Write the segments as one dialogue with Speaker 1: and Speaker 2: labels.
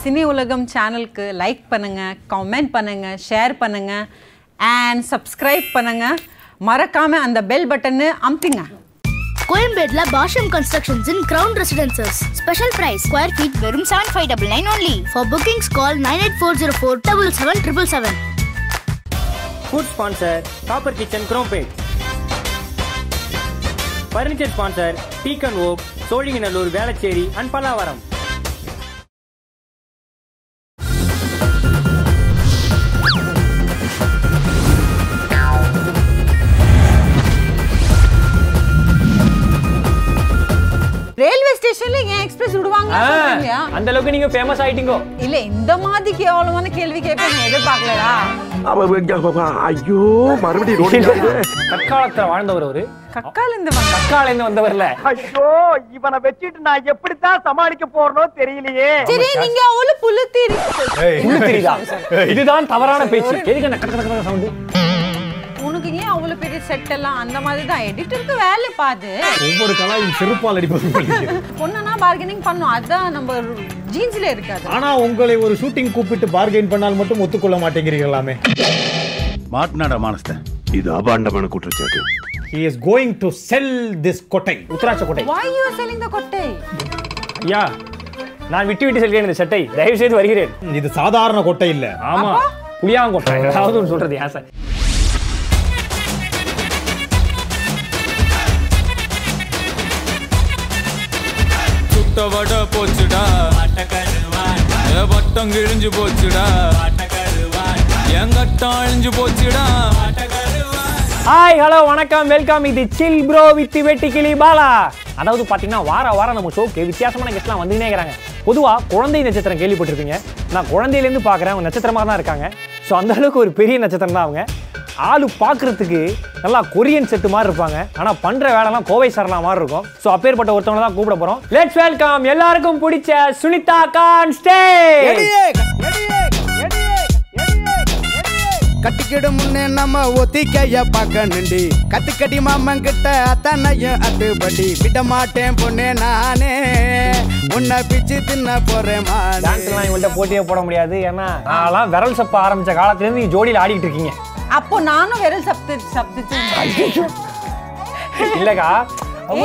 Speaker 1: Cine உலகம் சேனலுக்கு like பண்ணுங்க கமெண்ட் பண்ணுங்க ஷேர் பண்ணுங்க அண்ட் சப்ஸ்கிரைப் பண்ணுங்க மறக்காம அந்த பெல் பட்டன்னு அமுத்திங்க
Speaker 2: கோயம்பேட்ல Bashyam constructions in ground residences special price square feet வெறும் seven five double nine only for bookings call nine eight four zero four double seven triple seven
Speaker 3: food sponsor copper kitchen Chromepet furniture sponsor deacon oak Sholinganallur Velachery and Pallavaram
Speaker 1: railway ஸ்டேஷன்ல ஏன் express விடுவாங்க இல்லையா
Speaker 3: அந்த அளவுக்கு நீங்க famous ஆயிட்டீங்கோ
Speaker 1: இல்ல இந்த மாதிரி கேவலமான கேள்வி கேட்பேன் எதிர்பார்க்கலடா
Speaker 4: ஐயோ மறுபடியும் ரோடிங்
Speaker 3: தற்காலத்துல வாழ்ந்தவர் அவரு
Speaker 1: கக்கால் இந்த மாதிரி
Speaker 3: தற்காலேந்து வந்தவர்ல
Speaker 5: ஐயோ இவனை வச்சுட்டு நான் எப்படித்தான் சமாளிக்க போறனோ தெரியலையே
Speaker 1: சரி நீங்க அவ்வளவு புளுத்தீரி
Speaker 3: புல்லு தெரியுதா இதுதான் தவறான பேச்சு எதுக்கு அந்த கட கட சவுண்டு
Speaker 1: உனக்கு ஏன் அவ்வளவு பெரிய செட் எல்லாம் அந்த மாதிரி தான் எடிட்டருக்கு வேலை பாது
Speaker 4: ஒவ்வொரு கலாயும் செருப்பால் அடிப்பாங்க
Speaker 1: பொண்ணுனா பார்கெனிங் பண்ணும் அதான் நம்ம ஜீன்ஸ்ல இருக்காது
Speaker 4: ஆனா உங்களை ஒரு ஷூட்டிங் கூப்பிட்டு பார்கெயின் பண்ணால் மட்டும் ஒத்துக்கொள்ள மாட்டேங்கிறீர்களாமே
Speaker 6: மாட்டினாடா மானஸ்தன்
Speaker 7: இது அபாண்டமான குற்றச்சாட்டு
Speaker 4: he is going to sell this கொட்டை
Speaker 3: உத்தராட்ச கோட்டை
Speaker 1: why you are selling the கொட்டை
Speaker 3: ஐயா நான் விட்டு விட்டு செல்கிறேன் இந்த சட்டை தயவு செய்து வருகிறேன்
Speaker 4: இது சாதாரண கொட்டை இல்ல
Speaker 3: ஆமா புளியாங்கோட்டை ஏதாவது ஒன்று சொல்றது ஆசை
Speaker 8: சுட்டவட போச்சுடா வட்டம் கிழிஞ்சு போச்சுடா எங்கட்டம் அழிஞ்சு போச்சுடா
Speaker 3: ஹாய் ஹலோ வணக்கம் வெல்கம் இது சில் ப்ரோ வித் வெட்டி கிளி பாலா அதாவது பார்த்தீங்கன்னா வார வாரம் நம்ம ஷோக்கு வித்தியாசமான கெஸ்ட்லாம் வந்துனே இருக்கிறாங்க பொதுவாக குழந்தை நட்சத்திரம் கேள்விப்பட்டிருப்பீங்க நான் குழந்தையிலேருந்து பார்க்குறேன் அவங்க நட்சத்திரமாக தான் இருக்காங்க ஸோ அந்த அளவுக்கு ஒரு பெரிய நட்சத்திரம் தான் அவங்க ஆளு பார்க்குறதுக்கு நல்லா கொரியன் செட்டு மாதிரி இருப்பாங்க ஆனால் பண்ணுற வேலைலாம் கோவை சரணா மாதிரி இருக்கும் ஸோ அப்பேற்பட்ட ஒருத்தவங்க தான் கூப்பிட போகிறோம் லெட்ஸ் வெல்கம் எல்லாருக்கும் பிடிச்ச சுனிதா கான் ஸ்டே
Speaker 9: கட்டிக்கிடு முன்னே நம்ம ஒத்திக்கைய பார்க்கணுண்டி கத்துக்கடி மாமன் கிட்ட அத்தனையும் அத்துப்படி விட மாட்டேன் பொண்ணே நானே உன்னை பிச்சு தின்ன போறேன் மானே
Speaker 3: டான்ஸ்லாம் இவங்கள்ட்ட போட்டியே போட முடியாது ஏன்னா நான்லாம் விரல் சப்ப ஆரம்பித்த காலத்துலேருந்து நீங்கள் ஜோடியில் ஆடிக்கிட்டு இருக்கீங்க
Speaker 1: அப்போ நானும் விரல் சப்தி சப்திச்சு
Speaker 3: இல்லைக்கா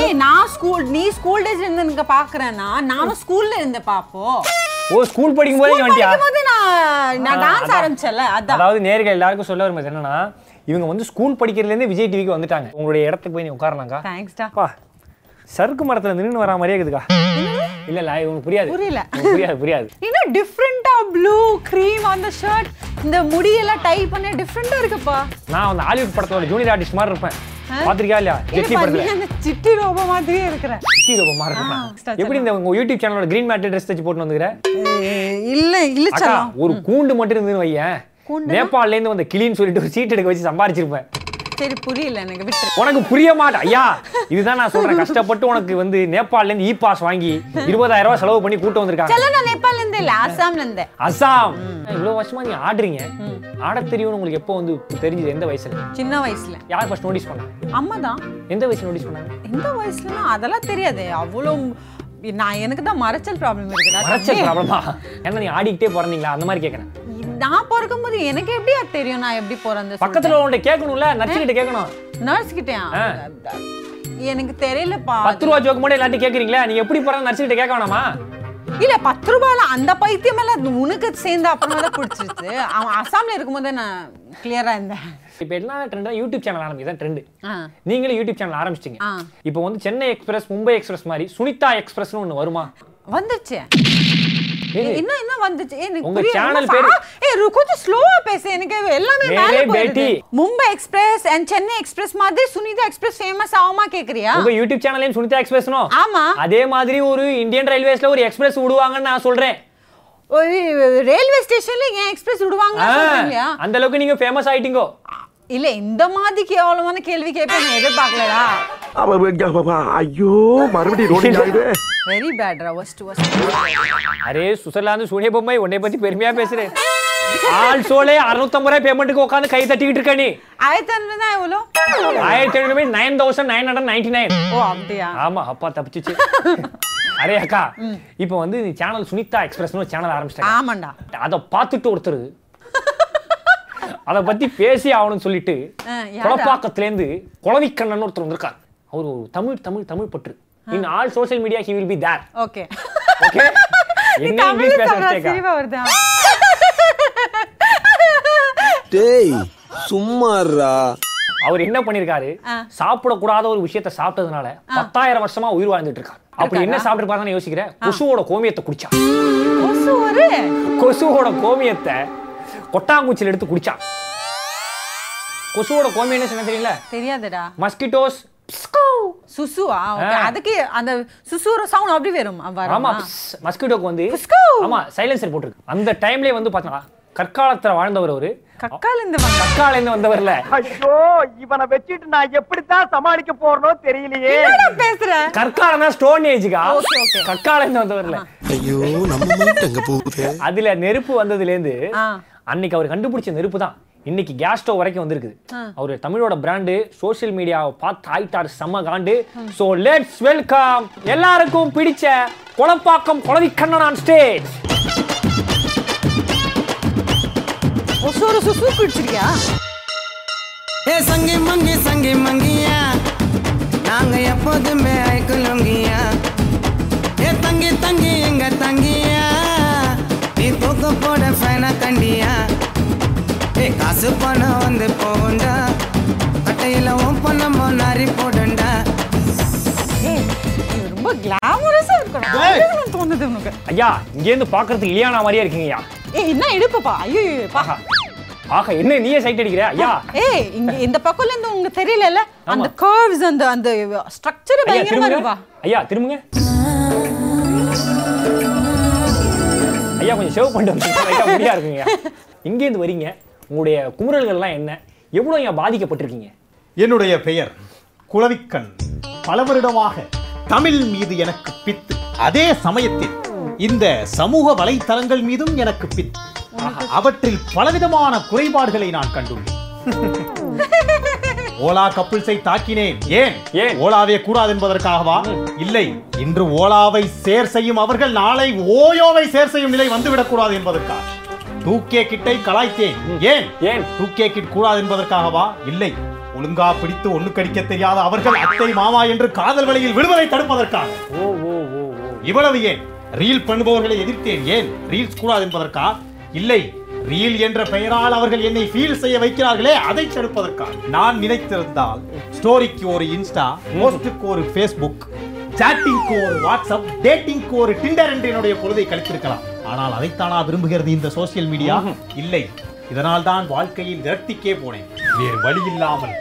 Speaker 1: ஏய் நான் ஸ்கூல் நீ ஸ்கூல் டேஸ்ல இருந்து எனக்கு பாக்குறேன்னா நானும் ஸ்கூல்ல இருந்து பாப்போ
Speaker 3: ஓ ஸ்கூல் படிக்கும் போதே வந்துட்டியா
Speaker 1: படிக்கும்போது நான் நான் டான்ஸ்
Speaker 3: அதான்.
Speaker 1: ஆரம்பிச்சல அதான்
Speaker 3: அதாவது நேர்கள் எல்லாருக்கும் சொல்ல வரும்போது என்னன்னா இவங்க வந்து ஸ்கூல் படிக்கிறதுலேருந்து விஜய் டிவிக்கு வந்துட்டாங்க உங்களுடைய இடத்துக்கு போய் நீ உட்காரலாம்க்கா
Speaker 1: தேங்க்ஸ்டா
Speaker 3: அப்பா சறுக்கு மரத்துல நின்று வரா மாதிரியே இருக்குதுக்கா இல்ல இல்ல இவனுக்கு புரியாது
Speaker 1: புரியல.
Speaker 3: இவனுக்கு புரியாது புரியாது
Speaker 1: இன்னும் டிஃப்ரெண்டா ப்ளூ க்ரீம் அந்த ஷர்ட் இந்த முடியெல்லாம் டை பண்ண டிஃப்ரெண்டா இருக்குப்பா
Speaker 3: நான் அந்த ஹாலிவுட் படத்தோட ஜூனியர் ஆர்டிஸ்ட் மாதிரி இருப்பேன் பாத்திருக்கியா இல்லையா
Speaker 1: இது
Speaker 3: ஜெட்லி படத்துல
Speaker 1: பாருங்க, அந்த சிட்டி ரோபோ மாதிரியே இருக்கிறேன்
Speaker 3: சிட்டி ரொம்ப மாதிரி
Speaker 1: ஆ,
Speaker 3: இருப்பேன்
Speaker 1: சரி,
Speaker 3: எப்படி இந்த உங்க யூடியூப் சேனலோட கிரீன் மேட் ட்ரெஸ் தச்சு போட்டு வந்துக்கிற
Speaker 1: இல்ல இல்ல
Speaker 3: அக்கா
Speaker 1: சலாம்
Speaker 3: ஒரு கூண்டு மட்டும் இருந்துன்னு வையேன்
Speaker 1: கூண்டுனா?
Speaker 3: நேபாள்ல இருந்து வந்த கிளின்னு சொல்லிட்டு ஒரு சீட் எடுக்க வச்சு சம்பாரிச்சிருப்பேன்
Speaker 1: சரி புரியல எனக்கு விட்டு
Speaker 3: உனக்கு புரிய மாட்டேன் ஐயா இதுதான் நான் சொல்றேன் கஷ்டப்பட்டு உனக்கு வந்து நேபாள்ல இருந்து இ பாஸ் வாங்கி இருபதாயிரம் ரூபாய் செலவு பண்ணி கூட்டு வந்திருக்காங்க
Speaker 1: செல்ல நான் நேபாள்ல இருந்து இல்ல ஆசாம்ல இருந்து
Speaker 3: அசாம் இவ்வளவு வருஷமா நீங்க ஆடுறீங்க ஆட தெரியும்னு உங்களுக்கு எப்போ வந்து தெரிஞ்சது எந்த வயசுல
Speaker 1: சின்ன வயசுல
Speaker 3: யார் ஃபர்ஸ்ட் நோட்டீஸ் பண்ணாங்க
Speaker 1: அம்மா தான்
Speaker 3: எந்த வயசு நோட்டீஸ் பண்ணாங்க
Speaker 1: இந்த வயசுலனா அதெல்லாம் தெரியாது அவ்வளோ நான் எனக்கு தான் மறைச்சல் ப்ராப்ளம் இருக்குடா
Speaker 3: மறைச்சல்
Speaker 1: தம்பி.
Speaker 3: ப்ராப்ளமா ஏன்னா நீ ஆடிக்கிட்டே போறீங்களா அந்த மாதிரி கேக்குறேன்
Speaker 1: நான் பிறக்கும் போது எனக்கு எப்படி அது தெரியும் நான் எப்படி பிறந்த
Speaker 3: பக்கத்துல உன்கிட்ட கேட்கணும்ல நச்சுக்கிட்ட கேட்கணும்
Speaker 1: நர்ஸ் கிட்டயா
Speaker 3: ஆ.
Speaker 1: எனக்கு தெரியலப்பா
Speaker 3: பத்து ரூபா ஜோக்கு மட்டும் எல்லாத்தையும் கேக்குறீங்களா நீ எப்படி போறேன் நச்சுக்கிட்ட கேட்க வேணாமா
Speaker 1: இல்ல பத்து ரூபாயில அந்த பைத்தியம் எல்லாம் உனக்கு சேர்ந்த அப்புறமா தான் பிடிச்சிருச்சு அவன் அசாம்ல இருக்கும்போதே நான் கிளியரா இருந்தேன்
Speaker 3: இப்போ எல்லா ட்ரெண்டா யூடியூப் சேனல் ஆரம்பிக்குதான் ட்ரெண்டு
Speaker 1: ஆ.
Speaker 3: நீங்களும் யூடியூப் சேனல் ஆரம்பிச்சிட்டீங்க
Speaker 1: ஆ.
Speaker 3: இப்போ வந்து சென்னை எக்ஸ்பிரஸ் மும்பை எக்ஸ்பிரஸ் மாதிரி சுனிதா எக்ஸ்பிரஸ்னு ஒண்ணு வருமா
Speaker 1: வந்துருச்சு
Speaker 3: எது?
Speaker 1: என்ன என்ன வந்துச்சு ஏய், எனக்கு
Speaker 3: உங்க
Speaker 1: புரியல.
Speaker 3: channel
Speaker 1: ரொம்ப
Speaker 3: பேரு-
Speaker 1: fast- ஏய், ரு- கொஞ்சம் ஸ்லோவா பேசு எனக்கு எல்லாமே
Speaker 3: மேலே
Speaker 1: மேல போயிடுது
Speaker 3: பேட்டி.
Speaker 1: Mumbai express and Chennai express மாதிரி சுனிதா எக்ஸ்பிரஸ் ஃபேமஸ் ஆகுமா கேக்குறியா
Speaker 3: உங்க யூடியூப் சேனலையும் சுனிதா எக்ஸ்பிரஸ்னோ
Speaker 1: ஆமா.
Speaker 3: அதே மாதிரி ஒரு இந்தியன் ரயில்வேஸ்ல ஒரு எக்ஸ்பிரஸ் விடுவாங்கன்னு நான் சொல்றேன்
Speaker 1: ஒரு ரயில்வே ஸ்டேஷன்ல ஏன் எக்ஸ்பிரஸ் விடுவாங்க
Speaker 3: ஆ, அந்த அளவுக்கு நீங்க ஃபேமஸ் ஆயிட்டீங்கோ
Speaker 1: இல்ல இந்த மாதிரி கேவலமான கேள்வி கேட்பேன் நான் எதிர்பார்க்கலடா
Speaker 4: ஐயோ மறுபடியும் ரோடிங்
Speaker 1: வெரி பேட்ரா worst worst
Speaker 3: அரே சுவிட்சர்லாந்து சூனிய பொம்மை உன்னை பத்தி பெருமையா பேசுறேன் ஆல்சோலே அறுநூத்தம்பது ரூபாய் பேமெண்ட்டுக்கு உட்காந்து கை தட்டிக்கிட்டு இருக்க நீ
Speaker 1: ஆயிரத்தி ஐநூறு தான் எவ்வளோ
Speaker 3: ஆயிரத்தி ஐநூறு nine thousand nine hundred ninety nine
Speaker 1: ஓ அப்படியா
Speaker 3: ஆமா அப்பா தப்பிச்சிச்சு அரே அக்கா இப்போ வந்து நீ சேனல் சுனிதா எக்ஸ்பிரஸ்னு ஒரு சேனல் ஆரம்பிச்சிட்டாங்க
Speaker 1: ஆமாண்டா
Speaker 3: அதை பார்த்துட்டு ஒருத்தர் அதை பத்தி பேசி ஆகணும்னு சொல்லிட்டு
Speaker 1: ஆ, யாரா?
Speaker 3: குளப்பாக்கத்துலேருந்து குளவிக்கண்ணன் ஒருத்தர் வந்திருக்கார் அவர் ஒரு தமிழ் தமிழ் தமிழ் பற்று in all social media he will be there
Speaker 1: okay
Speaker 3: okay
Speaker 1: நீ
Speaker 3: என்ன
Speaker 1: தமிழ்
Speaker 3: இங்கிலீஷ் பேச
Speaker 1: சொல்றா,
Speaker 3: வச்சேக்கா?
Speaker 1: சிரிப்பா வருதா
Speaker 10: டேய் சும்மாறா
Speaker 3: அவர் என்ன பண்ணிருக்காரு
Speaker 1: ஆ.
Speaker 3: சாப்பிடக்கூடாத ஒரு விஷயத்த சாப்பிட்டதுனால பத்தாயிரம் வருஷமா உயிர் வாழ்ந்துட்டு இருக்காரு அப்படி என்ன
Speaker 1: இருக்காரா?
Speaker 3: சாப்பிட்டுருப்பாருன்னு யோசிக்கிறேன் கொசுவோட கோமியத்தை குடிச்சா
Speaker 1: கொசு ஒரு
Speaker 3: கொசுவோட கோமியத்தை கொட்டாங்குச்சியில் எடுத்து குடிச்சா கொசுவோட கோமியம் என்ன சொன்ன தெரியல
Speaker 1: தெரியாதுடா
Speaker 3: மஸ்கிட்டோஸ்
Speaker 1: சுசுவா ஓகே
Speaker 3: ஆ.
Speaker 1: அதுக்கு அந்த சுசுற சவுண்ட் அப்படி வரும்
Speaker 3: ஆமா
Speaker 1: வராமா
Speaker 3: மஸ்கிட்டோக்கு வந்து
Speaker 1: புஸ்கோ.
Speaker 3: ஆமா சைலன்சர் போட்டிருக்கு அந்த டைம்லயே வந்து பாத்தீங்களா கற்காலத்துல வாழ்ந்தவர் அவரு
Speaker 1: கக்கால இருந்து வந்தா.
Speaker 3: கற்காலேந்து வந்தவர்ல
Speaker 5: ஐயோ இவனை வச்சிட்டு நான் எப்படித்தான் சமாளிக்க போறனோ தெரியலையே
Speaker 1: என்னடா பேசுற
Speaker 3: கற்காலம்னா ஸ்டோன் ஏஜுக்கா
Speaker 1: Okay, okay.
Speaker 3: கற்காலேந்து வந்தவர்ல
Speaker 10: ஐயோ நம்ம மைண்ட் எங்க போகுது
Speaker 3: அதுல நெருப்பு வந்ததுலேருந்து
Speaker 1: ஆ.
Speaker 3: அன்னைக்கு அவர் கண்டுபிடிச்ச நெருப்பு தான் இன்னைக்கு கேஸ் ஸ்டோவ் வரைக்கும் வந்திருக்குது அவர் தமிழோட பிராண்டு சோஷியல் மீடியாவை பார்த்து ஆயிட்டார் செம்ம காண்டு சோ லெட்ஸ் வெல்கம் எல்லாருக்கும் பிடிச்ச குளப்பாக்கம் குளவிக்கண்ணன் ஆன் ஸ்டேஜ்
Speaker 1: ஒசூரு சுசு குடிச்சிருக்கியா
Speaker 9: ஏ சங்கி மங்கி சங்கி மங்கியா நாங்க எப்போதுமே ஐக்குலுங்கியா ஏ தங்கி தங்கி எங்க தங்கியா நீ தூக்க போட ஃபைனா கண்டியா ஏ காசு பணம் வந்து போண்டா கட்டையில உன் பணமோ நாரி போடண்டா
Speaker 1: ஏய், இது ரொம்ப கிளாமரஸா இருக்கணும் அதுதான் தோணுது உனக்கு
Speaker 3: ஐயா இங்கேருந்து பார்க்கறதுக்கு இல்லையானா மாதிரியே இருக்கீங்கய்யா
Speaker 1: ஏய் என்ன இடுப்புப்பா ஐயோ பா
Speaker 3: ஆஹா ஆஹா என்ன நீயே சைட் அடிக்கிற ஐயா
Speaker 1: ஏய் இங்க இந்த பக்கம்ல இருந்து உங்களுக்கு தெரியலல அந்த
Speaker 3: ஆமா.
Speaker 1: கர்வ்ஸ் அந்த அந்த ஸ்ட்ரக்சர்
Speaker 3: ஐயா
Speaker 1: பயங்கரமா
Speaker 3: திரும்புங்க
Speaker 1: இருக்குப்பா
Speaker 3: ஐயா திரும்புங்க ஐயா கொஞ்சம் சேவ் பண்ணிட்டு வந்து ஐயா முடியா இருக்குங்க இங்கேருந்து வரீங்க உங்களுடைய குமுறல்கள்லாம் என்ன எவ்வளோ ஐயா பாதிக்கப்பட்டிருக்கீங்க
Speaker 4: என்னுடைய பெயர் குளவிக்கண் பல வருடமாக தமிழ் மீது எனக்கு பித்து அதே சமயத்தில் இந்த சமூக வலைத்தளங்கள் மீதும் எனக்கு பித்து ஆக, அவற்றில் பலவிதமான குறைபாடுகளை நான் கண்டுள்ளேன் ஓலா கப்புள்ஸை தாக்கினேன் ஏன்
Speaker 3: ஏன்?
Speaker 4: ஓலாவே கூடாது என்பதற்காகவா இல்லை இன்று ஓலாவை சேர் செய்யும் அவர்கள் நாளை ஓயோவை சேர் செய்யும் நிலை வந்துவிடக் கூடாது என்பதற்காக டூகே கிட்டை கலாய்த்தேன் ஏன்
Speaker 3: ஏன்
Speaker 4: டூகே கிட் கூடாது என்பதற்காகவா இல்லை ஒழுங்கா பிடித்து ஒண்ணு கடிக்க தெரியாத அவர்கள் அத்தை மாமா என்று காதல் வழியில் விடுவதை தடுப்பதற்காக
Speaker 3: ஓ ஓ ஓ ஓ
Speaker 4: இவ்வளவு ஏன் ரீல் பண்ணுபவர்களை எதிர்த்தேன் ஏன் ரீல்ஸ் கூடாது என்பதற்கா இல்லை ரீல் என்ற பெயரால் அவர்கள் என்னை ஃபீல் செய்ய வைக்கிறார்களே அதை தடுப்பதற்கா நான் நினைத்திருந்தால் ஸ்டோரிக்கு ஒரு இன்ஸ்டா போஸ்டுக்கு ஒரு ஃபேஸ்புக் சாட்டிங்க்கு ஒரு வாட்ஸ்அப் டேட்டிங்க்கு ஒரு டிண்டர் என்று என்னுடைய பொழுதை கழித்திருக்கலாம் ஆனால் அதைத்தானா விரும்புகிறது இந்த சோஷியல் மீடியா இல்லை இதனால் தான் வாழ்க்கையில் விரக்திக்கே போனேன் வேறு வழி இல்லாமல்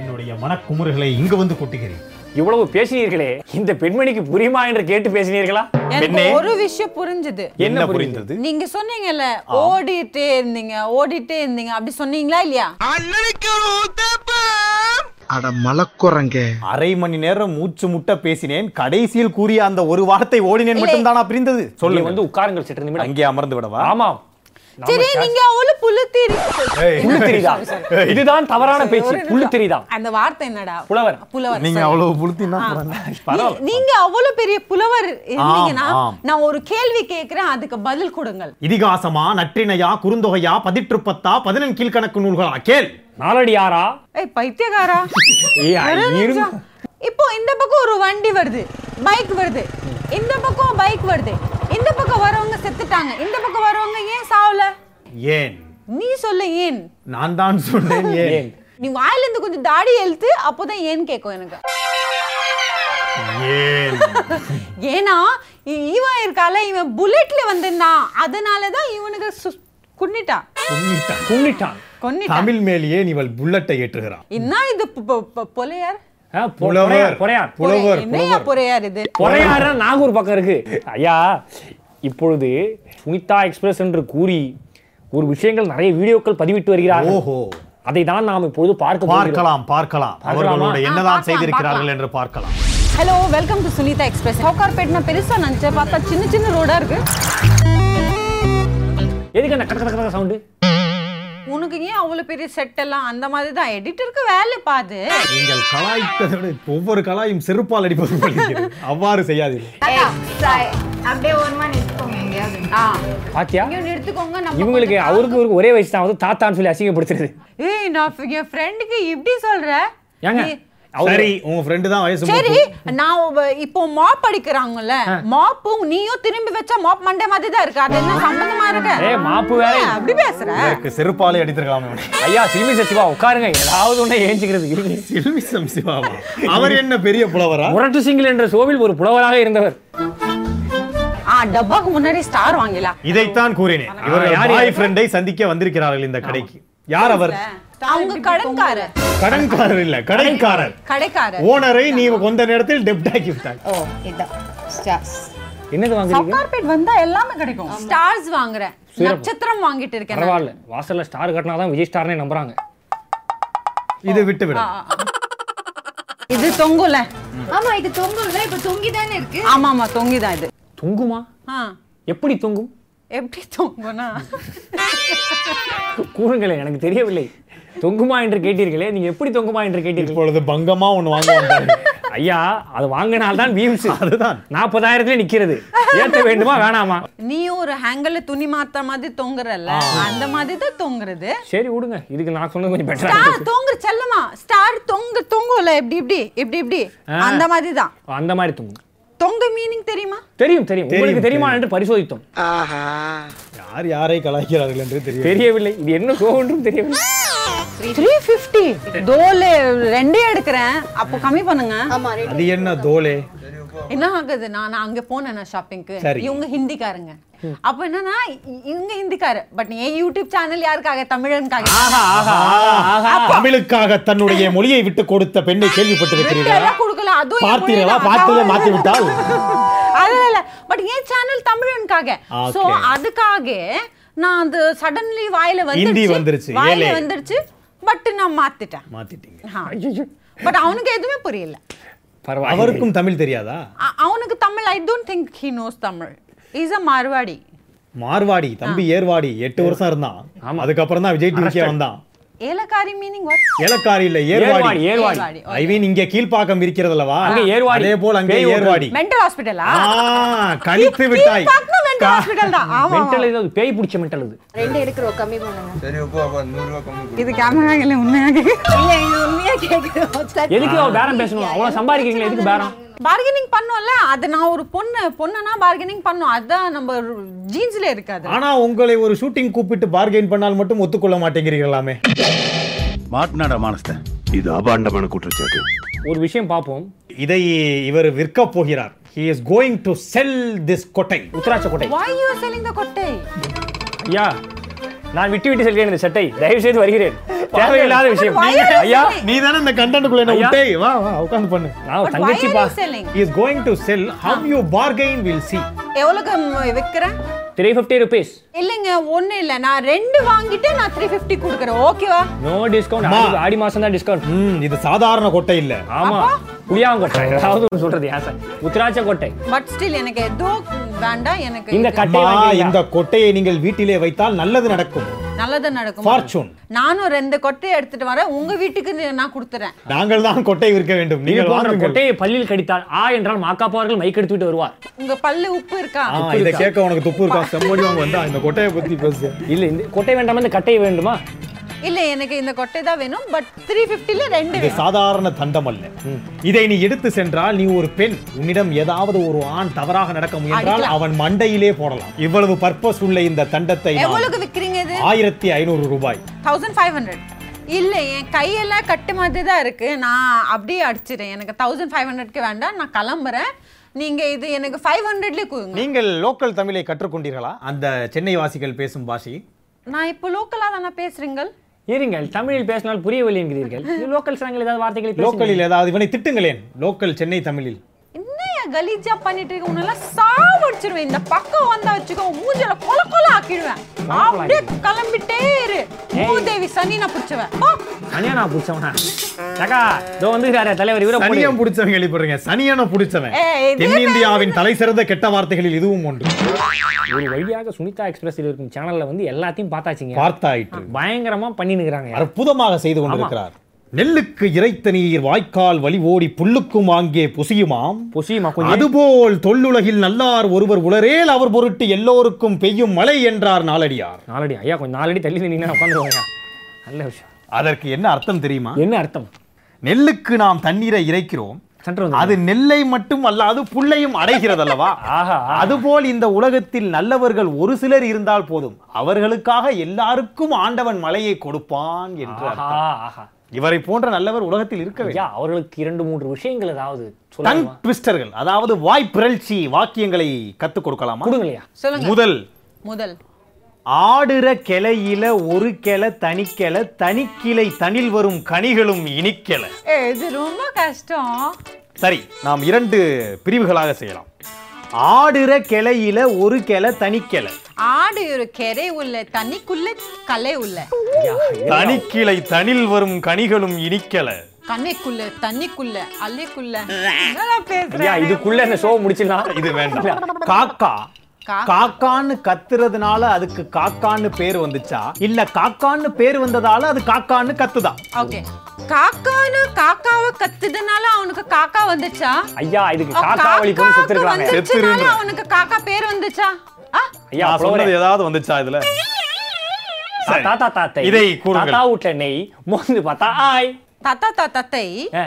Speaker 4: என்னுடைய மனக்குமுறுகளை இங்கு வந்து கொட்டுகிறேன்
Speaker 3: இவ்வளவு பேசினீர்களே இந்த பெண்மணிக்கு புரியுமா என்று கேட்டு பேசினீர்களா
Speaker 1: எனக்கு ஒரு விஷயம் புரிஞ்சுது
Speaker 3: என்ன புரிந்தது
Speaker 1: நீங்க சொன்னீங்கல்ல ஓடிட்டே இருந்தீங்க ஓடிட்டே இருந்தீங்க அப்படி சொன்னீங்களா இல்லையா
Speaker 10: அட மலக்குரங்க
Speaker 4: அரை மணி நேரம் மூச்சு முட்ட பேசினேன் கடைசியில் கூறிய அந்த ஒரு வார்த்தை ஓடினேன்
Speaker 1: இல்லை.
Speaker 4: மட்டும்தானா பிரிந்தது
Speaker 3: சொல்லி
Speaker 4: சொல்லுங்க
Speaker 3: வந்து உட்காருங்கள் சற்று நிமிடம்
Speaker 4: அங்கே அமர்ந்து விடவா
Speaker 3: ஆமாம் நம்ம
Speaker 1: சரி
Speaker 3: class-
Speaker 1: நீங்க அவ்வளவு புழுத்தி
Speaker 3: புல்லு தெரியுதா இதுதான் தவறான பேச்சு புல்லு தெரியுதா
Speaker 1: அந்த வார்த்தை என்னடா
Speaker 3: புலவர்.
Speaker 1: புலவர்
Speaker 4: நீங்க
Speaker 1: sorry.
Speaker 4: அவ்வளவு புழுத்தினா
Speaker 1: ஆ. நீ-
Speaker 3: பரவாயில்ல.
Speaker 1: நீங்க அவ்வளவு பெரிய புலவர் இருந்தீங்கன்னா
Speaker 4: ஆம்.
Speaker 1: நான் ஒரு கேள்வி கேக்குறேன் அதுக்கு பதில் கொடுங்கள்
Speaker 4: இதிகாசமா நற்றிணையா குறுந்தொகையா பதிற்றுப்பத்தா பதினெண் கீழ்கணக்கு நூல்களா கேள்
Speaker 3: நாலடியாரா
Speaker 1: ஏய் பைத்தியக்காரா
Speaker 3: ஏய்,
Speaker 1: ஒரு
Speaker 3: இரு-
Speaker 1: நிமிஷம். இப்போ இந்த பக்கம் ஒரு வண்டி வருது பைக் வருது இந்த பக்கம் பைக் வருது இந்த பக்கம் வரவங்க செத்துட்டாங்க இந்த பக்கம் வரவங்க ஏன் சாவல
Speaker 4: ஏன்
Speaker 1: நீ சொல்ல ஏன்
Speaker 4: நான் தான் சொன்னேன் ஏன்
Speaker 3: ஏன்
Speaker 1: நீ வாயில இருந்து கொஞ்சம் தாடி எழுத்து அப்போதான் ஏன் கேட்கும் எனக்கு
Speaker 4: ஏன்
Speaker 1: ஏன்னா இ- இவன் இருக்கால இவன் புல்லட்ல வந்திருந்தான் அதனாலதான் இவனுக்கு சு- குன்னிட்டான்
Speaker 3: கும்பிட்டான்
Speaker 1: கொன்னிட்டான்
Speaker 4: தமிழ் மேலேயே இவள் புல்லட்டை ஏற்றுகிறான்
Speaker 1: என்ன இது பொ- பொ- பொ- பொலையார்
Speaker 3: ஆ, பொ-
Speaker 4: புலவர்
Speaker 3: பொறையார், பொறையார்
Speaker 4: புலவர்
Speaker 1: என்னையா
Speaker 4: புலவர்
Speaker 1: பொறையார் இது
Speaker 3: பொறையாரா நாகூர் பக்கம் இருக்கு ஐயா இப்பொழுது சுனிதா எக்ஸ்பிரஸ் என்று கூறி ஒரு விஷயங்கள் நிறைய வீடியோக்கள் பதிவிட்டு வருகிறார்
Speaker 4: ஓஹோ
Speaker 3: அதை தான் நாம் இப்போது பார்க்க போகிறோம்.
Speaker 4: பார்க்கலாம் பார்க்கலாம் அவர்களோட
Speaker 1: ஆ,
Speaker 4: என்னதான்
Speaker 1: பார்க்கலாம்,
Speaker 4: செய்திருக்கிறார்கள்
Speaker 1: பார்க்கலாம்.
Speaker 4: என்று பார்க்கலாம்
Speaker 1: hello welcome to Sunitha express சவுகார்பேட்னா பெருசா நினைச்சேன் பார்த்தா சின்ன சின்ன ரோடா இருக்கு
Speaker 3: எதுக்கு அந்த கட கட சவுண்டு
Speaker 1: உனக்கு ஏன் அவ்வளவு பெரிய செட் எல்லாம் அந்த மாதிரி தான் எடிட்டருக்கு வேலை பாது
Speaker 4: நீங்கள் கலாய்த்ததை விட ஒவ்வொரு கலாயும் செருப்பால் அடிப்பது போல இருக்கிறது. அவ்வாறு செய்யாதீர்கள்
Speaker 11: அப்படியே ஓரமா நிறுத்துக்கோங்க எங்கேயாவது
Speaker 3: பாத்தியா
Speaker 1: இங்க நிறுத்துக்கோங்க நம்ம
Speaker 3: இவங்களுக்கு
Speaker 1: கொஞ்சம்
Speaker 3: அவருக்கு இவருக்கு ஒரே வயசு தான் வந்து தாத்தான்னு சொல்லி அசிங்கப்படுத்துறது
Speaker 1: ஏய் நான் ஃப்- என் ஃப்ரெண்டுக்கு இப்படி சொல்ற
Speaker 3: ஏங்க
Speaker 1: நீ-
Speaker 3: அவரு-
Speaker 4: சரி உங்க ஃப்ரெண்டு தான் வயசு
Speaker 1: சரி
Speaker 4: மூப்பு.
Speaker 1: நான் ஒவ்வ- இப்போ மாப் அடிக்கிறாங்கல்ல மாப்பும் நீயும் திரும்பி வச்சா மாப் மண்டை மாதிரி தான் இருக்கு அது என்ன சம்பந்தமா இருக்கு
Speaker 3: ஏய், மாப்பு வேற.
Speaker 1: ஏன் அப்படி பேசுற
Speaker 4: இதற்கு செருப்பாலே அடித்திருக்கலாம் இவனை.
Speaker 3: ஐயா சிலுமி சச்சிவா உட்காருங்க ஏதாவது ஒண்ணு ஏஞ்சிக்கிறது இருங்க.
Speaker 4: சில்மிசம் சிவாவா அவர் என்ன பெரிய புலவரா
Speaker 3: முரட்டு சிங்கிள் என்ற சோவில் ஒரு புலவராக இருந்தவர்
Speaker 1: ஆ டப்பாக்கு முன்னாடி ஸ்டார் வாங்கிடலாம்
Speaker 4: இதைத்தான் கூறினேன்
Speaker 3: ஆ,
Speaker 4: இவர்கள்
Speaker 3: யார்
Speaker 4: பாய் ஃப்ரெண்டை சந்திக்க வந்திருக்கிறார்கள் இந்த கடைக்கு யார் அவர்
Speaker 1: அவங்க கடன்காரர்
Speaker 4: கடன்காரர் இல்ல கடைக்காரர்
Speaker 1: கடைக்காரர்
Speaker 4: ஓனரை நீ கொஞ்ச நேரத்தில் டெப்ட் ஆக்கி விட்டாய்
Speaker 11: ஓ இதான் ஸ்டார்ஸ்
Speaker 3: என்னது வாங்குறீங்க
Speaker 1: கார்பெட் வந்தா எல்லாமே கிடைக்கும் ஸ்டார்ஸ் வாங்குறேன் நட்சத்திரம் வாங்கிட்டு இருக்கேன் நான்.
Speaker 3: பரவாயில்ல வாசல்ல ஸ்டார் கட்டினா தான் விஜய் ஸ்டார்னே நம்புறாங்க
Speaker 4: இது விட்டு விடும்
Speaker 1: இது தொங்குல
Speaker 11: ஆமா இது தொங்கல்ல இப்ப தொங்கி தானே இருக்கு
Speaker 1: ஆமா ஆமா தொங்கிதான் இது
Speaker 3: தொங்குமா
Speaker 1: ஆ,
Speaker 3: எப்படி தொங்கும்
Speaker 1: எப்படி தொங்குனா
Speaker 3: கூறுங்களேன் எனக்கு தெரியவில்லை தொங்குமா என்று கேட்டீர்களே நீங்க எப்படி தொங்குமா என்று கேட்டீர்கள்
Speaker 4: இப்பொழுது பங்கமா ஒண்ணு வாங்க வந்தாரு
Speaker 3: ஐயா அது வாங்கினால்தான் வீம்ஸ்
Speaker 4: அதுதான்.
Speaker 3: நாற்பதாயிரத்துல நிக்கிறது ஏத்த வேண்டுமா வேணாமா
Speaker 1: நீ ஒரு ஹேங்கல்ல துணி மாத்த மாதிரி தொங்குறல்ல அந்த மாதிரி தான் தொங்குறது
Speaker 3: சரி விடுங்க இதுக்கு நான் சொன்னது கொஞ்சம் பெட்டரா
Speaker 1: ஸ்டார் தொங்குற செல்லமா ஸ்டார் தொங்கு தொங்குல இப்படி இப்படி இப்படி இப்படி
Speaker 3: ஆ.
Speaker 1: அந்த மாதிரி தான்
Speaker 3: அந்த மாதிரி தொங்கும்
Speaker 1: தொங்கு மீனிங் தெரியுமா
Speaker 3: தெரியும் தெரியும் உங்களுக்கு
Speaker 4: தெரியும்,
Speaker 3: தெரியுமா என்று பரிசோதித்தோம்
Speaker 4: யார் யாரை கலாய்க்கிறார்கள் என்று தெரியும்
Speaker 3: தெரியவில்லை இது என்ன சோ என்றும் தெரியவில்லை
Speaker 1: த்ரீ ஃபிஃப்டி தோலு ரெண்டே எடுக்கிறேன் அப்போ கம்மி பண்ணுங்க
Speaker 4: அது என்ன தோலே
Speaker 1: என்ன ஆகுது நான் நான் அங்க போனேன் ஷாப்பிங்க்கு
Speaker 4: சரி.
Speaker 1: இவங்க ஹிந்திக்காரங்க அப்ப என்னன்னா இ- இவங்க ஹிந்திக்காரு பட் என் யூடியூப் சேனல் யாருக்காக தமிழனுக்காக
Speaker 4: தமிழுக்காக தன்னுடைய மொழியை விட்டு கொடுத்த பெண்ணை கேள்விப்பட்டிருக்கிறீர்களா
Speaker 1: எல்லாம் கொடுக்கல அதுவும் என் மொழியில
Speaker 4: பார்த்தீர்களா
Speaker 1: நான் தவறு
Speaker 4: பார்த்ததை மாத்தி விட்டால்
Speaker 1: அது இல்ல பட் என் சேனல் தமிழனுக்காக சோ
Speaker 4: Okay.
Speaker 1: அதுக்காக நான் அது சடன்லி வாயில வந்துருச்சு
Speaker 4: ஹிந்தி வந்துருச்சு,
Speaker 1: வாயில
Speaker 4: ஏலே.
Speaker 1: வந்துருச்சு பட் நான் மாத்திட்டேன்
Speaker 4: மாத்திட்டீங்க
Speaker 1: பட் அவனுக்கு எதுவுமே புரியல
Speaker 3: பரவாயில்லை
Speaker 4: அவருக்கும் தமிழ் தெரியாதா
Speaker 1: அ- அவனுக்கு Tamil I don't think he knows Tamil is a Marwadi
Speaker 4: Marwadi தம்பி ஏர்வாடி எட்டு வருஷம் இருந்தான்
Speaker 3: ஆமா.
Speaker 4: அதுக்கப்புறம் தான் விஜய் டிவிக்கே வந்தான்
Speaker 1: ஏலக்காரி மீனிங் வாட்
Speaker 4: ஏலக்காரி இல்ல
Speaker 3: ஏர்வாடி
Speaker 4: ஏர்வாடி
Speaker 3: ஏர்வாடி
Speaker 4: ஐ மீன் இங்க கீழ்ப்பாக்கம் இருக்கிறது அல்லவா
Speaker 3: அங்க ஏர்வாடி.
Speaker 4: அதே போல் அங்கே
Speaker 3: பேய் ஓட்டு.
Speaker 4: ஏர்வாடி
Speaker 1: மென்டல் ஹாஸ்பிடலா
Speaker 4: ஆ, கழித்து விட்டாய்
Speaker 1: மென்டல் ஹாஸ்பிடல் தான் ஆமா ஆமா.
Speaker 3: மென்டல் இது பேய் பிடிச்ச மென்டல் இது
Speaker 11: ரெண்டு எடுக்கிறோம் கம்மி பண்ணுங்க
Speaker 1: இது கேமரா இல்ல உண்மையாக
Speaker 11: இல்ல இது உண்மையா கேக்குறோம்
Speaker 3: எதுக்கு அவ பேரம் பேசணும் அவ்வளவு சம்பாதிக்கிறீங்களே எதுக்கு பேரம்
Speaker 1: பார்கெனிங் பண்ணோம்ல அது நான் ஒரு பொண்ணு பொண்ணுனா பார்கெனிங் பண்ணோம் அதான் நம்ம ஜீன்ஸ்ல இருக்காது
Speaker 4: ஆனா உங்களை ஒரு ஷூட்டிங் கூப்பிட்டு பார்கெயின் பண்ணால் மட்டும் ஒத்துக்கொள்ள மாட்டேங்கிறீர்களாமே
Speaker 6: ಮಾತನಾಡ ಮಾಡಿಸ್ದೆ
Speaker 7: இது அபாண்டமான குற்றச்சாட்டு
Speaker 3: ஒரு விஷயம் பார்ப்போம்
Speaker 4: இதை இவர் விற்க போகிறார் he is going to sell this கொட்டை
Speaker 3: உத்தராட்ச கோட்டை
Speaker 1: why you are selling the கொட்டை
Speaker 3: ஐயா நான் விட்டு விட்டு செல்கிறேன் இந்த சட்டை தயவு செய்து வருகிறேன் தேவையில்லாத விஷயம்
Speaker 1: Why are you
Speaker 3: ஐயா
Speaker 1: selling?
Speaker 4: நீ தானே இந்த கண்டென்ட்குள்ள என்ன
Speaker 3: ஐயா.
Speaker 4: விட்டே வா வா உட்காந்து பண்ணு
Speaker 3: நான்
Speaker 1: But why
Speaker 3: தங்கச்சி
Speaker 1: are
Speaker 3: பா
Speaker 1: you selling
Speaker 4: he is going to sell how you bargain will see
Speaker 1: எவ்வளவுக்கு ம் விக்கிறேன்
Speaker 3: த்ரீ ஃபிஃப்டி ருபீஸ்
Speaker 1: இல்லைங்க ஒண்ணு இல்ல நான் ரெண்டு வாங்கிட்டு நான் த்ரீ ஃபிஃப்டி கொடுக்குறேன் ஓகேவா
Speaker 3: நோ டிஸ்கவுண்ட்
Speaker 4: அம்மா.
Speaker 3: ஆடி மாசம் தான் டிஸ்கவுண்ட்
Speaker 4: ம் இது சாதாரண கொட்டை இல்ல
Speaker 3: ஆமா புளியாங்கொட்டை ஏதாவது ஒன்று சொல்றது ஏன் சார் உத்தராட்ச கோட்டை
Speaker 1: பட் ஸ்டில் எனக்கு எதோ வேண்டாம் எனக்கு
Speaker 3: இந்த
Speaker 1: இது
Speaker 3: கட்டை
Speaker 4: அம்மா, இந்த
Speaker 3: வாங்கிடலாம்.
Speaker 4: கொட்டையை நீங்கள் வீட்டிலே வைத்தால் நல்லது நடக்கும்
Speaker 1: நல்லது நடக்கும்
Speaker 4: Fortune.
Speaker 1: நானும் ரெண்டு கொட்டையை எடுத்துட்டு வரேன் உங்க வீட்டுக்கு நான் கொடுத்துறேன்
Speaker 4: நாங்கள் தான் கொட்டை விற்க வேண்டும்
Speaker 3: இது
Speaker 4: நீங்கள்
Speaker 3: போன்ற
Speaker 4: வாங்குங்கள்
Speaker 3: கொட்டையை பள்ளியில் கடித்தால் ஆ என்றால் மாக்காப்பாவர்கள் மைக் எடுத்துட்டு வருவார்
Speaker 1: உங்க பல்லு உப்பு இருக்கா
Speaker 4: ஆ, இதை கேட்க உனக்கு துப்பு இருக்கா செம்மடி வாங்க வந்தா இந்த கொட்டையை பத்தி பேசு
Speaker 3: இல்ல இந்த கொட்டை வேண்டாம இந்த கட்டை வேண்டுமா
Speaker 1: இல்ல எனக்கு இந்த கொட்டை தான் வேணும் பட் த்ரீ ல ரெண்டு
Speaker 4: இது
Speaker 1: வேணும்.
Speaker 4: சாதாரண தண்டம் அல்ல இதை நீ எடுத்து சென்றால் நீ ஒரு பெண் உன்னிடம் ஏதாவது ஒரு ஆண் தவறாக நடக்க முயன்றால்
Speaker 1: அடிக்கலாம்.
Speaker 4: அவன் மண்டையிலே போடலாம் இவ்வளவு பர்பஸ் உள்ள இந்த தண்டத்தை நான்
Speaker 1: எவ்வளவுக்கு விக்கிறீங்க இது
Speaker 4: ஆயிரத்தி ஐநூறு ரூபாய்
Speaker 1: தௌசண்ட் ஃபைவ் ஹண்ட்ரட் இல்லை என் கையெல்லாம் கட்டு மாதிரி தான் இருக்கு நான் அப்படியே அடிச்சிட்டேன் எனக்கு தௌசண்ட் ஃபைவ் ஹண்ட்ரட்க்கு வேண்டாம் நான் கிளம்புறேன் நீங்க இது எனக்கு ஃபைவ் ஹண்ட்ரட்லேயே கொடுங்க
Speaker 4: நீங்கள் லோக்கல் தமிழை கற்றுக்கொண்டீர்களா அந்த சென்னை வாசிகள் பேசும் பாஷை
Speaker 1: நான் இப்போ லோக்கலாக தானே பேசுறீங்கள்
Speaker 3: இருங்கள் தமிழில் பேசினால் புரியவில்லை என்கிறீர்கள் இது லோக்கல் ஸ்லாங்கில் ஏதாவது வார்த்தைகளை பேசுங்கள்
Speaker 4: லோக்கலில் ஏதாவது இவனை திட்டுங்களேன் லோக்கல் சென்னை தமிழில்
Speaker 1: என்னையா கலீஜா பண்ணிட்டு இருக்க உன்னெல்லாம் சாவடிச்சிருவேன் இந்த பக்கம் வந்தா வச்சுக்கோ மூஞ்சில கொல கொல ஆக்கிடுவேன் அப்படியே கிளம்பிட்டே இரு மூதேவி சனி நான் பிடிச்சவன்
Speaker 3: அனியானா பிடிச்சவனா அக்கா இதோ வந்துக்கிறாரு தலைவர் இவரை போடு.
Speaker 4: சனியம் பிடிச்சவன் கேள்விப்படுறேங்க சனியான பிடிச்சவன்
Speaker 3: ஏய், இது
Speaker 4: தென்னிந்தியாவின் தலை சிறந்த கெட்ட வார்த்தைகளில் இதுவும் ஒன்று
Speaker 3: ஒரு வழியாக சுனிதா எக்ஸ்பிரஸில் இருக்கும் சேனல்ல வந்து எல்லாத்தையும் பார்த்தாச்சுங்க
Speaker 4: பார்த்தாயிற்று
Speaker 3: பயங்கரமா பண்ணினுக்கிறாங்க
Speaker 4: அற்புதமாக செய்து கொண்டிருக்கிறார் நெல்லுக்கு இறைத்த நீர் வாய்க்கால் வழி ஓடி புல்லுக்கும் வாங்கே புசியுமாம்
Speaker 3: புசியுமா
Speaker 4: அதுபோல் தொல்லுலகில் நல்லார் ஒருவர் உளரேல் அவர் பொருட்டு எல்லோருக்கும் பெய்யும் மழை என்றார் நாளடியார்
Speaker 3: நாலடி ஐயா கொஞ்சம் நாலடி தள்ளி நின்னீங்கன்னா உட்காந்துருவாங்க நல்ல விஷயம்
Speaker 4: அதற்கு என்ன அர்த்தம் தெரியுமா
Speaker 3: என்ன அர்த்தம்
Speaker 4: நெல்லுக்கு நாம் தண்ணீரை இறைக்கிறோம்
Speaker 3: சற்று வந்து
Speaker 4: அது நெல்லை மட்டும் அல்லாது புல்லையும் அடைகிறது அல்லவா
Speaker 3: ஆஹா
Speaker 4: அதுபோல் இந்த உலகத்தில் நல்லவர்கள் ஒரு சிலர் இருந்தால் போதும் அவர்களுக்காக எல்லாருக்கும் ஆண்டவன் மழையை கொடுப்பான் என்று
Speaker 3: ஆஹா
Speaker 4: அர்த்தம்.
Speaker 3: ஆஹா
Speaker 4: இவரை போன்ற நல்லவர் உலகத்தில் இருக்க வேண்டும்.
Speaker 3: ஐயா அவர்களுக்கு இரண்டு மூன்று விஷயங்கள் ஏதாவது
Speaker 4: டங்
Speaker 3: சொல்லுங்க
Speaker 4: ட்விஸ்டர்கள் அதாவது வாய் பிறழ்ச்சி வாக்கியங்களை கத்துக் கொடுக்கலாமா
Speaker 3: கொடுங்களையா
Speaker 1: சொல்லுங்க
Speaker 4: முதல்
Speaker 1: முதல்
Speaker 4: ஆடுற கிளையில ஒரு கிளை தனிக்கிளை தனிக்கிளை தனில் வரும் கனிகளும் இனிக்கிளை
Speaker 1: ஏ இது ரொம்ப கஷ்டம்
Speaker 4: சரி நாம் இரண்டு பிரிவுகளாக செய்யலாம் ஆடுற கிளையில ஒரு கிளை தனிக்கிளை
Speaker 1: ஆடு ஒரு கெரை உள்ள தண்ணிக்குள்ள கலை உள்ள
Speaker 4: தனிக்கிளை தனில் வரும் கனிகளும் இனிக்கிளை
Speaker 1: கண்ணைக்குள்ள தண்ணிக்குள்ள அல்லைக்குள்ள என்னடா
Speaker 3: ஐயா
Speaker 1: பேசுறேன்
Speaker 3: இதுக்குள்ள இந்த ஷோ முடிச்சிடலாம்
Speaker 4: இது வேண்டாம் காக்கா
Speaker 1: கா-
Speaker 4: காக்கான்னு கத்துறதுனால அதுக்கு காக்கான்னு பேர் வந்துச்சா இல்ல காக்கான்னு பேர் வந்ததால அது காக்கான்னு கத்துதா
Speaker 1: ஓகே காக்கான்னு காக்காவை கத்துதுனால அவனுக்கு காக்கா வந்துச்சா
Speaker 3: ஐயா இதுக்கு
Speaker 1: அவ
Speaker 3: காக்கா வழி கொண்டு
Speaker 1: காக்காவுக்கு
Speaker 3: செத்துருக்காங்க
Speaker 1: வந்துச்சுனால
Speaker 4: செத்துருங்க.
Speaker 1: அவனுக்கு காக்கா பேர் வந்துச்சா ஆ
Speaker 3: ஐயா
Speaker 4: நான்
Speaker 3: புலவரே.
Speaker 4: சொன்னது ஏதாவது வந்துச்சா இதுல சரி.
Speaker 3: தாத்தா தாத்தை
Speaker 4: இதை கூறுங்கள்.
Speaker 3: தாத்தா வீட்டுல நெய் மோந்து பார்த்தா ஆய்
Speaker 1: தாத்தா தாத்தாத்தை
Speaker 3: ஆ,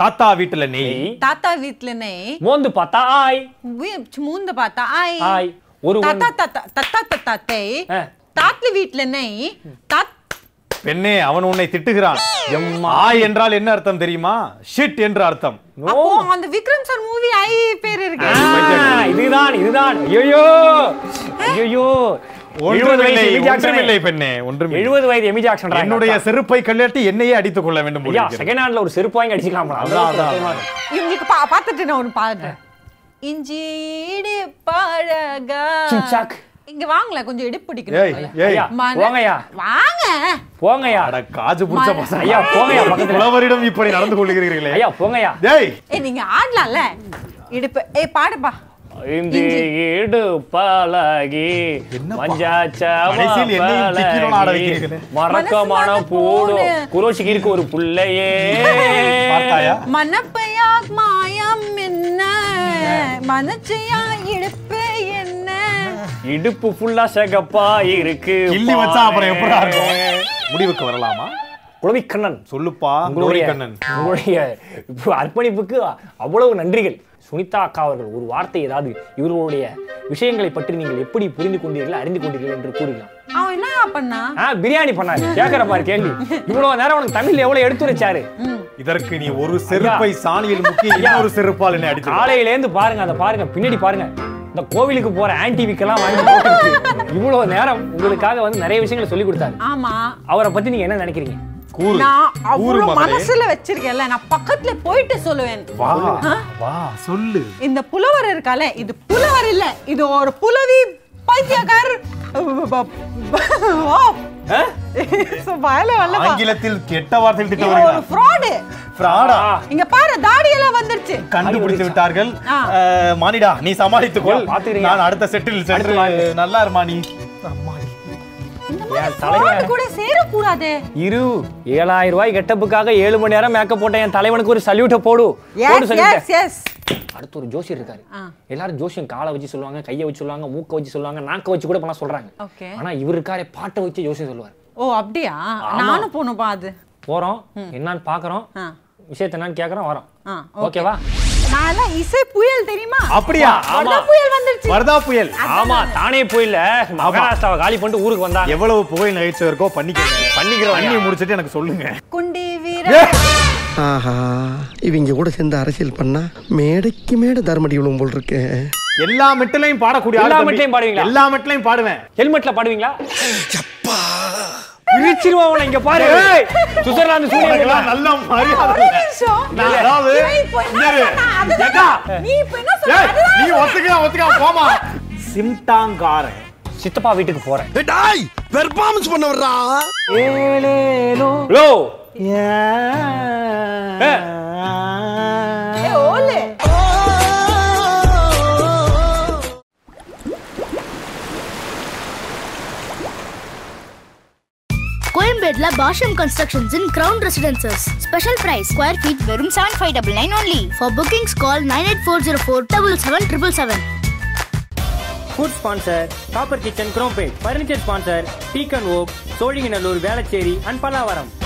Speaker 4: தாத்தா வீட்டுல நெய்
Speaker 3: நெய்
Speaker 1: தாத்தா வீட்லனே
Speaker 3: மோந்து பார்த்தா ஆய்
Speaker 1: மூந்த பார்த்தா ஆய்
Speaker 3: ஆய் ஒரு
Speaker 1: தாத்தா தாத்தா தாத்தா தாத்தாத்தை
Speaker 3: ஆ.
Speaker 1: தாத்தி வீட்லனே தாத்
Speaker 4: பெண்ணே அவன் உன்னை திட்டுகிறான் ஆய் என்றால் என்ன அர்த்தம் தெரியுமா ஷிட் என்று அர்த்தம்
Speaker 3: நோ.
Speaker 1: அப்போ அந்த விக்ரம் சார் மூவி ஐ பேர் இருக்கு
Speaker 3: ஆ, இதுதான் இதுதான் ஐயோ ஐயோ
Speaker 4: ஒன்றுமில்லை ஒன்றுமில்லை பெண்ணே ஒன்றுமில்லை
Speaker 3: எழுபது வயது எமி ஜாக்சன்
Speaker 4: என்னுடைய செருப்பை கல்லட்டி என்னையே அடித்துக் கொள்ள வேண்டும் போல்
Speaker 3: ஐயா
Speaker 4: இருக்கிறது.
Speaker 3: செகண்ட் ஹேண்ட்ல ஒரு செருப்பு வாங்கி அடிச்சுக்கலாமா
Speaker 4: அதான், அதான்,
Speaker 3: அதான்
Speaker 4: அதான்.
Speaker 1: இவங்களுக்கு பா பார்த்துட்டு நான் ஒன்று பாடுறேன் இஞ்சி பாழகா
Speaker 3: சிச்சாக்.
Speaker 1: இங்க வாங்கல கொஞ்சம் இடுப்பு
Speaker 4: ஏய்
Speaker 1: பிடிக்கணும்
Speaker 4: ஏய்
Speaker 3: ஐயா
Speaker 1: மன-
Speaker 3: போங்கய்யா
Speaker 1: வாங்க
Speaker 3: போங்கய்யா
Speaker 4: அட காஜு புடிச்ச
Speaker 1: மன-
Speaker 4: பசங்க
Speaker 3: ஐயா போங்கய்யா பக்கத்துல
Speaker 4: புலவரிடம் இப்படி நடந்து கொள்கிறீர்களே
Speaker 3: ஐயா போங்கய்யா
Speaker 4: ஏய்
Speaker 1: ஏய் நீங்க ஆடலாம்ல இடுப்பு ஏய் பாடுப்பா
Speaker 3: இந்த
Speaker 1: இஞ்சி.
Speaker 3: இடு பழகி மஞ்சாச்சா
Speaker 4: கடைசியில் என்னையும் திக்கிரோட ஆட
Speaker 3: பழகி
Speaker 4: வைக்கிறீங்களே.
Speaker 3: மறக்கமான
Speaker 1: மனசு மன
Speaker 3: பூடும்
Speaker 1: பூடு.
Speaker 3: குரோஷிக்கு இருக்கு ஒரு புள்ளையே
Speaker 4: பார்த்தாயா
Speaker 1: மனப்பையா மாயம் என்ன மனச்சையா இடுப்பு என்ன
Speaker 3: இடுப்பு ஃபுல்லா சகப்பா இருக்கு
Speaker 4: கிள்ளி வச்சா அப்புறம் எப்படி
Speaker 3: பாரு.
Speaker 4: இருக்கும் முடிவுக்கு வரலாமா
Speaker 3: குழவி கண்ணன்
Speaker 4: சொல்லுப்பா
Speaker 3: உங்களுடைய
Speaker 4: கண்ணன்
Speaker 3: உங்களுடைய இப்ப அர்ப்பணிப்புக்கு அவ்வளவு நன்றிகள் சுனிதா அக்கா அவர்கள் ஒரு வார்த்தை ஏதாவது இவர்களுடைய விஷயங்களை பற்றி நீங்கள் எப்படி புரிந்து கொண்டீர்கள் அறிந்து கொண்டீர்கள் என்று கூறுகிறான்
Speaker 1: அவன் என்ன பண்ணா
Speaker 3: ஆ பிரியாணி பண்ணாரு கேக்குற பாரு கேள்வி இவ்வளவு நேரம் உனக்கு தமிழ்ல எவ்வளவு எடுத்துரைச்சாரு
Speaker 4: இதற்கு நீ ஒரு செருப்பை சாணியில் முக்கி இன்னொரு செருப்பால் என்ன அடிச்சு
Speaker 3: காலையில இருந்து பாருங்க அதை பாருங்க பின்னாடி பாருங்க இந்த கோவிலுக்கு போற ஆன்டி விக்கெல்லாம் வாங்கி போட்டுருக்கு. இவ்வளவு நேரம் உங்களுக்காக வந்து நிறைய விஷயங்களை சொல்லி கொடுத்தாரு
Speaker 1: ஆமா
Speaker 3: அவரை பத்தி நீங்க என்ன நினைக்கிறீங்க
Speaker 4: கூறு
Speaker 1: நான்
Speaker 4: கூறு
Speaker 1: அவ்வளவு
Speaker 4: மகளே.
Speaker 1: மனசுல வச்சிருக்கேன்ல நான் பக்கத்துல போயிட்டு சொல்லுவேன்
Speaker 4: வா
Speaker 1: ஆ?
Speaker 4: வா சொல்லு
Speaker 1: இந்த புலவர் இருக்கால இது புலவர் இல்ல இது ஒரு புலவி பைத்தியக்கார் ஓ.
Speaker 3: ஆ?
Speaker 1: So, வாயில வரலப்பா.
Speaker 4: ஆங்கிலத்தில் கெட்ட வார்த்தையில் திட்ட
Speaker 1: இது ஒரு
Speaker 4: வருகிறார்
Speaker 1: fraud.
Speaker 4: ஃப்ராடா
Speaker 1: இங்க பாரு தாடி எல்லாம் வந்துருச்சு
Speaker 4: கண்டுபிடித்து
Speaker 3: அடி
Speaker 4: விட்டார்கள்
Speaker 1: ஆ.
Speaker 4: அஹ், மானிடா நீ சமாளித்துக் கொள்
Speaker 3: ஐயா, பாத்துக்கிறீங்க.
Speaker 4: நான் அடுத்த செட்டில் சென்று
Speaker 3: வாங்க.
Speaker 4: நல்லா இருமா நீ
Speaker 1: இந்த மாதிரி
Speaker 3: என் தலைவன்.
Speaker 1: fraud கூட சேரக்கூடாது
Speaker 3: இரு ஏழாயிரம் ரூபாய் கெட்டப்புக்காக ஏழு மணி நேரம் மேக்கப் போட்ட என் தலைவனுக்கு ஒரு சல்யூட்டை போடு போடு
Speaker 1: எஸ் எஸ்
Speaker 3: salute.
Speaker 1: எஸ்
Speaker 3: அடுத்து ஒரு ஜோசியர் இருக்காரு
Speaker 1: ஆ.
Speaker 3: எல்லாரும் ஜோசியம் காலை வச்சு சொல்லுவாங்க கையை வச்சு சொல்லுவாங்க மூக்கை வச்சு சொல்லுவாங்க நாக்கை வச்சு கூட பண்ண சொல்றாங்க
Speaker 1: ஓகே
Speaker 3: ஆனா இவர் இருக்காரே பாட்டை வச்சு ஜோசியம் சொல்லுவார்
Speaker 1: ஓ அப்படியா நானும் போகணும்பா அது
Speaker 3: போறோம் என்னன்னு பாக்குறோம்
Speaker 1: ஆ.
Speaker 3: விஷயத்த என்னன்னு கேக்குறோம் வரோம்
Speaker 1: ஆ,
Speaker 3: ஓகேவா
Speaker 1: நான் எல்லாம் இசை புயல் தெரியுமா
Speaker 4: அப்படியா
Speaker 1: வர்தா புயல் வந்துருச்சு
Speaker 4: வர்தா புயல்
Speaker 3: ஆமா தானே போயில மகாராஷ்டிராவை காலி பண்ணிட்டு ஊருக்கு வந்தாங்க
Speaker 4: எவ்வளவு புகை நகைச்சுவருக்கோ பண்ணிக்கிறேன் பண்ணிக்கிறேன் பண்ணி முடிச்சிட்டு எனக்கு சொல்லுங்க
Speaker 1: குண்டி வீர
Speaker 10: ஆஹா இவங்க கூட சேர்ந்து அரசியல் பண்ணா மேடைக்கு மேடை தர்மடி விழுவும் போல் இருக்கு
Speaker 4: எல்லா மெட்டிலையும் பாடக்கூடிய ஆள்
Speaker 3: எல்லா
Speaker 4: தம்பி.
Speaker 3: மெட்டிலையும் பாடுவீங்களா?
Speaker 4: எல்லா மெட்டிலையும் பாடுவேன்
Speaker 3: ஹெல்மெட்ல பாடுவீங்களா பிரிச்சிருவா உன இங்க பாரு ஏய், சுவிட்சர்லாந்து சூரியன்
Speaker 4: உனக்கெல்லாம் நல்ல
Speaker 1: ஒரே
Speaker 4: மரியாதை
Speaker 1: நிமிஷம்.
Speaker 4: நான்
Speaker 1: இல்ல,
Speaker 4: அதாவது
Speaker 1: இவன் இப்போ என்ன
Speaker 4: இரு.
Speaker 1: சொன்னா, அதுதான்.
Speaker 4: ஏக்கா.
Speaker 1: நீ இப்போ என்ன சொன்ன,
Speaker 4: ஏய்,
Speaker 1: அதுதான்
Speaker 4: நீ
Speaker 1: சொன்ன.
Speaker 4: ஒத்துக்கலாம் ஒத்துக்கலாம் போமா சிம்டாங்காரன் சித்தப்பா வீட்டுக்கு போறேன்
Speaker 10: டாய் பெர்ஃபார்மன்ஸ் பண்ண வர்றா
Speaker 4: ஏலேலோ லோ ஏ.
Speaker 2: கோயம்பேட்ல Bashyam constructions in ground residences special price square feet வெறும் seven five double nine only for bookings call nine eight four zero four double seven triple seven
Speaker 3: food sponsor copper kitchen Chromepet furniture sponsor deacon oak Sholinganallur Velachery and Pallavaram